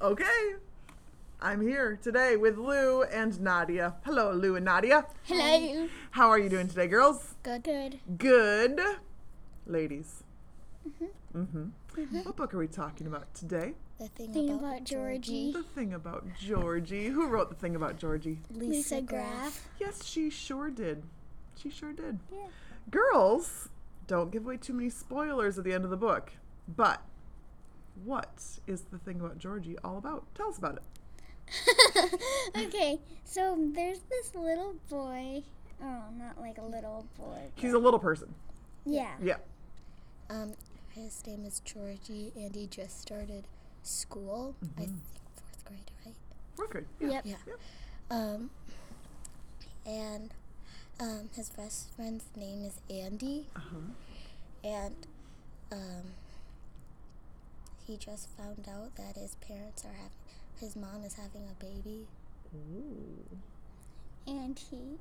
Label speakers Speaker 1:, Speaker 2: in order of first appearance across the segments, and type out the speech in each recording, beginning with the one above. Speaker 1: Okay. I'm here today with Lou and Nadia. Hello, Lou and Nadia.
Speaker 2: Hello.
Speaker 1: How are you doing today, girls?
Speaker 2: Good. Good.
Speaker 1: Good. Ladies. Mm-hmm. What book are we talking about today?
Speaker 3: The thing,
Speaker 2: Thing
Speaker 3: about,
Speaker 2: about Georgie.
Speaker 1: The thing about Georgie. Who wrote the thing about Georgie?
Speaker 3: Lisa, Graf.
Speaker 1: Yes, she sure did. She sure did.
Speaker 2: Yeah.
Speaker 1: Girls, don't give away too many spoilers at the end of the book. But what is the thing about Georgie all about? Tell us about it.
Speaker 2: okay, so there's this little boy. Oh, not like a little boy.
Speaker 1: He's a little person.
Speaker 2: Yeah.
Speaker 1: Yeah.
Speaker 3: Um, his name is Georgie, and he just started school. I think fourth grade, right?
Speaker 1: Okay.
Speaker 2: Yep.
Speaker 3: Yeah. Um, and um, his best friend's name is Andy,
Speaker 1: Uh-huh.
Speaker 3: and um, he just found out that his parents are having, his mom is having a baby.
Speaker 1: Ooh.
Speaker 2: And he.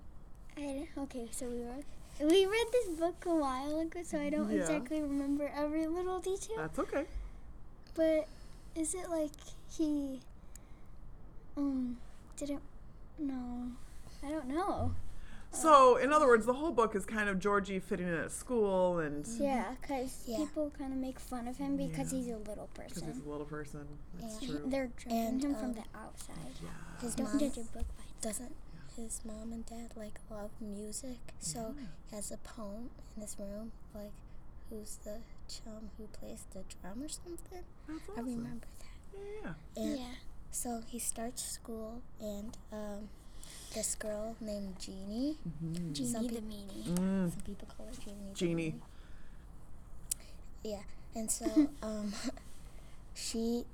Speaker 2: I, don't- okay, so we were. We read this book a while ago, so I don't
Speaker 1: Yeah.
Speaker 2: exactly remember every little detail.
Speaker 1: That's okay.
Speaker 2: But is it like he. Um, didn't. No. I don't know.
Speaker 1: So, in other words, the whole book is kind of Georgie fitting in at school and
Speaker 2: Yeah, because
Speaker 3: Yeah.
Speaker 2: people kind of make fun of him because
Speaker 1: Yeah.
Speaker 2: he's a little
Speaker 1: because
Speaker 2: person.
Speaker 1: he's a little person. That's
Speaker 3: Mm-hmm. Yeah.
Speaker 2: He-
Speaker 1: true.
Speaker 2: They're judging
Speaker 3: And,
Speaker 2: him from
Speaker 3: um,
Speaker 2: the outside.
Speaker 1: Yeah.
Speaker 3: His
Speaker 2: Don't
Speaker 3: mom
Speaker 2: judge a book by
Speaker 3: doesn't his mom and dad like love music so he has a poem in his room like who's the chum who plays the drum or something
Speaker 1: That's
Speaker 3: i
Speaker 1: awesome.
Speaker 3: remember that
Speaker 1: Yeah, yeah.
Speaker 3: and so he starts school and um, this girl named jeannie
Speaker 2: Genie
Speaker 3: Some
Speaker 2: the
Speaker 3: peop-
Speaker 2: meanie.
Speaker 1: yeah. Mm.
Speaker 3: some people call her jeannie the
Speaker 1: Jeannie.
Speaker 3: Yeah, and so um, she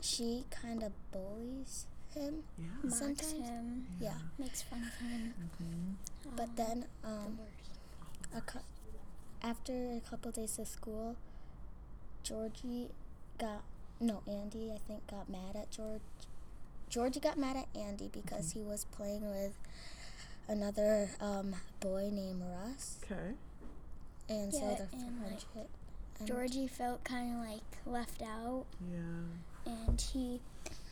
Speaker 3: she kind of bullies him.
Speaker 1: Yeah.
Speaker 2: Mocks
Speaker 3: Sometimes-
Speaker 2: him.
Speaker 3: Yeah,
Speaker 2: Makes fun of him.
Speaker 1: Mm-hmm.
Speaker 3: but then um, a cou- after a couple days of school, Georgie got no Andy. I think got mad at George. Georgie got mad at Andy because he was playing with another um, boy named Russ,
Speaker 1: Okay.
Speaker 3: and
Speaker 2: Yeah,
Speaker 3: so their
Speaker 2: and, like,
Speaker 3: friendship. and-
Speaker 2: Georgie felt kind of like left out,
Speaker 1: Yeah.
Speaker 2: and he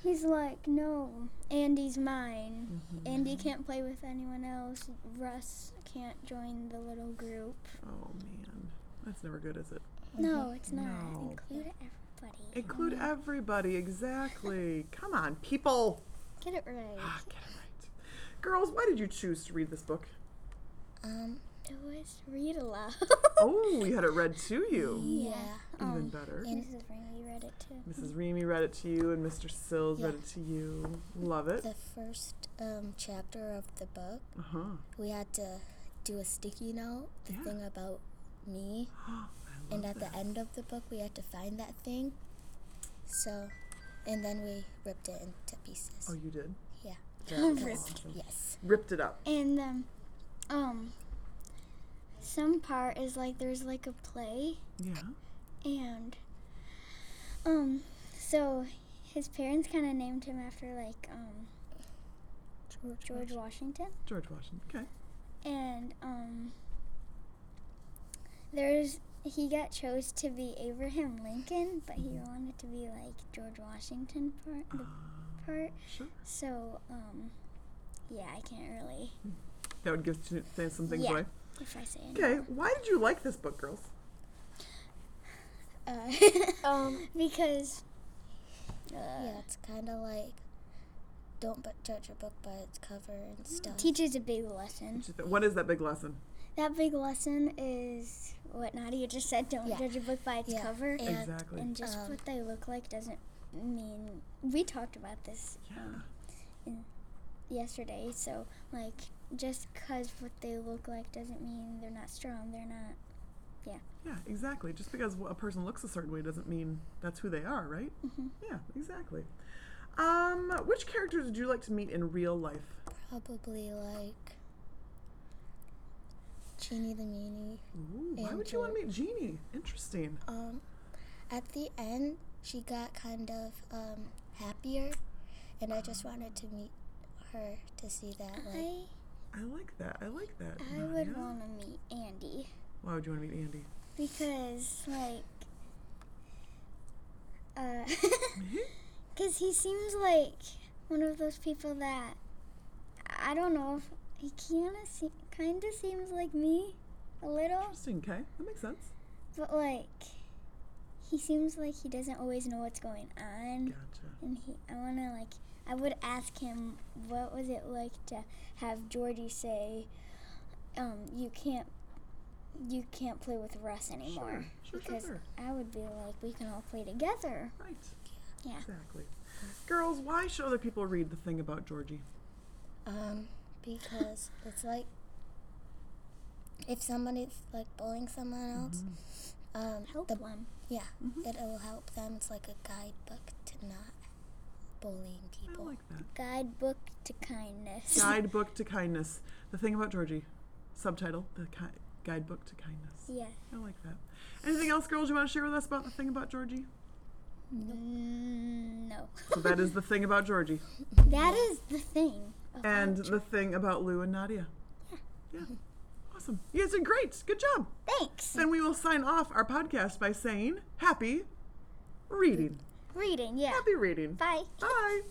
Speaker 2: he's like, no, Andy's mine.
Speaker 1: Mm-hmm.
Speaker 2: Andy can't play with anyone else. Russ can't join the little group.
Speaker 1: Oh man. That's never good, is it?
Speaker 3: mhm.
Speaker 2: No, it's not.
Speaker 1: No.
Speaker 2: Include everybody.
Speaker 3: Mm-hmm.
Speaker 1: Include everybody. Exactly. Come on, people.
Speaker 2: Get it right.
Speaker 1: Ah, get it right. Girls, why did you choose to read this book?
Speaker 3: um,
Speaker 2: It was read aloud.
Speaker 1: Oh, you had it read to you.
Speaker 3: yeah.
Speaker 1: Even
Speaker 2: Um,
Speaker 1: better.
Speaker 2: Mrs. Rainey read it too.
Speaker 1: Mrs. Reamy read it to you, and Mr. Sills read
Speaker 3: Yeah.
Speaker 1: it to you. Love it.
Speaker 3: the first um, chapter of the book,
Speaker 1: Uh huh.
Speaker 3: we had to do a sticky note, the
Speaker 1: Yeah.
Speaker 3: thing about me,
Speaker 1: I
Speaker 3: and
Speaker 1: love
Speaker 3: at
Speaker 1: that.
Speaker 3: the end of the book, we had to find that thing. So, and then we ripped it into pieces.
Speaker 1: Oh, you did.
Speaker 3: Yeah.
Speaker 1: That's
Speaker 3: Ripped.
Speaker 1: awesome.
Speaker 3: Yes.
Speaker 1: Ripped it up.
Speaker 2: And um, um, some part is like there's like a play,
Speaker 1: Yeah.
Speaker 2: and um, so his parents kind of named him after like um George Washington,
Speaker 1: George Washington. Okay.
Speaker 2: and um, there's he got chose to be Abraham Lincoln, but he wanted to be like George Washington part the part.
Speaker 1: Uh, Sure.
Speaker 2: So um, yeah, I can't really
Speaker 1: That would give t- th- some things
Speaker 2: Yeah.
Speaker 1: away.
Speaker 2: if I say it.
Speaker 1: Okay. Why did you like this book, girls?
Speaker 3: Mm-hmm. Oh,
Speaker 2: Uh, because uh,
Speaker 3: Yeah, it's kind of like don't bu- judge a book by its cover and stuff.
Speaker 2: teaches a big lesson.
Speaker 1: What is that big lesson?
Speaker 2: That big lesson is what Nadia just said: don't
Speaker 3: Yeah.
Speaker 2: judge a book by its
Speaker 3: Yeah.
Speaker 2: cover,
Speaker 3: And-
Speaker 1: exactly.
Speaker 2: and just
Speaker 3: um,
Speaker 2: what they look like doesn't mean. We talked about this
Speaker 1: yeah.
Speaker 2: yesterday, so like just because what they look like doesn't mean they're not strong. They're not.
Speaker 1: Yeah, exactly. Just because a person looks a certain way doesn't mean that's who they are, right?
Speaker 2: Mm-hmm.
Speaker 1: Yeah, exactly. Um, which characters would you like to meet in real life?
Speaker 3: Probably like Genie the Meanie.
Speaker 1: Ooh, why
Speaker 3: And
Speaker 1: would you want to
Speaker 3: George.
Speaker 1: meet Jeannie? Interesting.
Speaker 3: um, at the end, she got kind of um, happier, and I just wanted to meet her to see that. Like,
Speaker 2: I
Speaker 1: I like that. I like that.
Speaker 2: I would
Speaker 1: Nadia.
Speaker 2: want to meet Andy
Speaker 1: Why would you want to meet Andy?
Speaker 2: because like. Uh, Because he seems like one of those people that I don't know if he kind of se- kind of seems like me a little,
Speaker 1: Interesting, okay. That makes sense.
Speaker 2: but like he seems like he doesn't always know what's going on.
Speaker 1: Gotcha.
Speaker 2: And he, I want to like, I would ask him what was it like to have Jordy say, um, you can't, you can't play with Russ anymore.
Speaker 1: Sure, sure,
Speaker 2: because
Speaker 1: sure.
Speaker 2: I would be like, we can all play together.
Speaker 1: Right.
Speaker 2: Yeah.
Speaker 1: Exactly. Girls, why should other people read the thing about Georgie?
Speaker 3: Um, because it's like if somebody's like bullying someone else,
Speaker 1: Mm-hmm.
Speaker 3: um,
Speaker 2: Help
Speaker 3: the,
Speaker 2: one.
Speaker 3: yeah, it'll help them. It's like a guidebook to not bullying
Speaker 1: I
Speaker 3: people.
Speaker 1: like that.
Speaker 2: Guidebook to kindness.
Speaker 1: Guidebook to Kindness. The thing about Georgie. Subtitle: The ki- Guidebook to Kindness.
Speaker 2: yeah.
Speaker 1: I like that. Anything else, girls, you want to share with us about the thing about Georgie?
Speaker 2: Mm, no.
Speaker 1: So that is the thing about Georgie,
Speaker 2: that is the thing. about-
Speaker 1: and the thing about Lou and Nadia. Yeah. Yeah.
Speaker 2: Mm-hmm.
Speaker 1: Awesome. You guys did great. Good job.
Speaker 2: Thanks.
Speaker 1: Then we will sign off our podcast by saying happy reading.
Speaker 2: Reading. Yeah.
Speaker 1: Happy reading.
Speaker 2: Bye.
Speaker 1: Bye.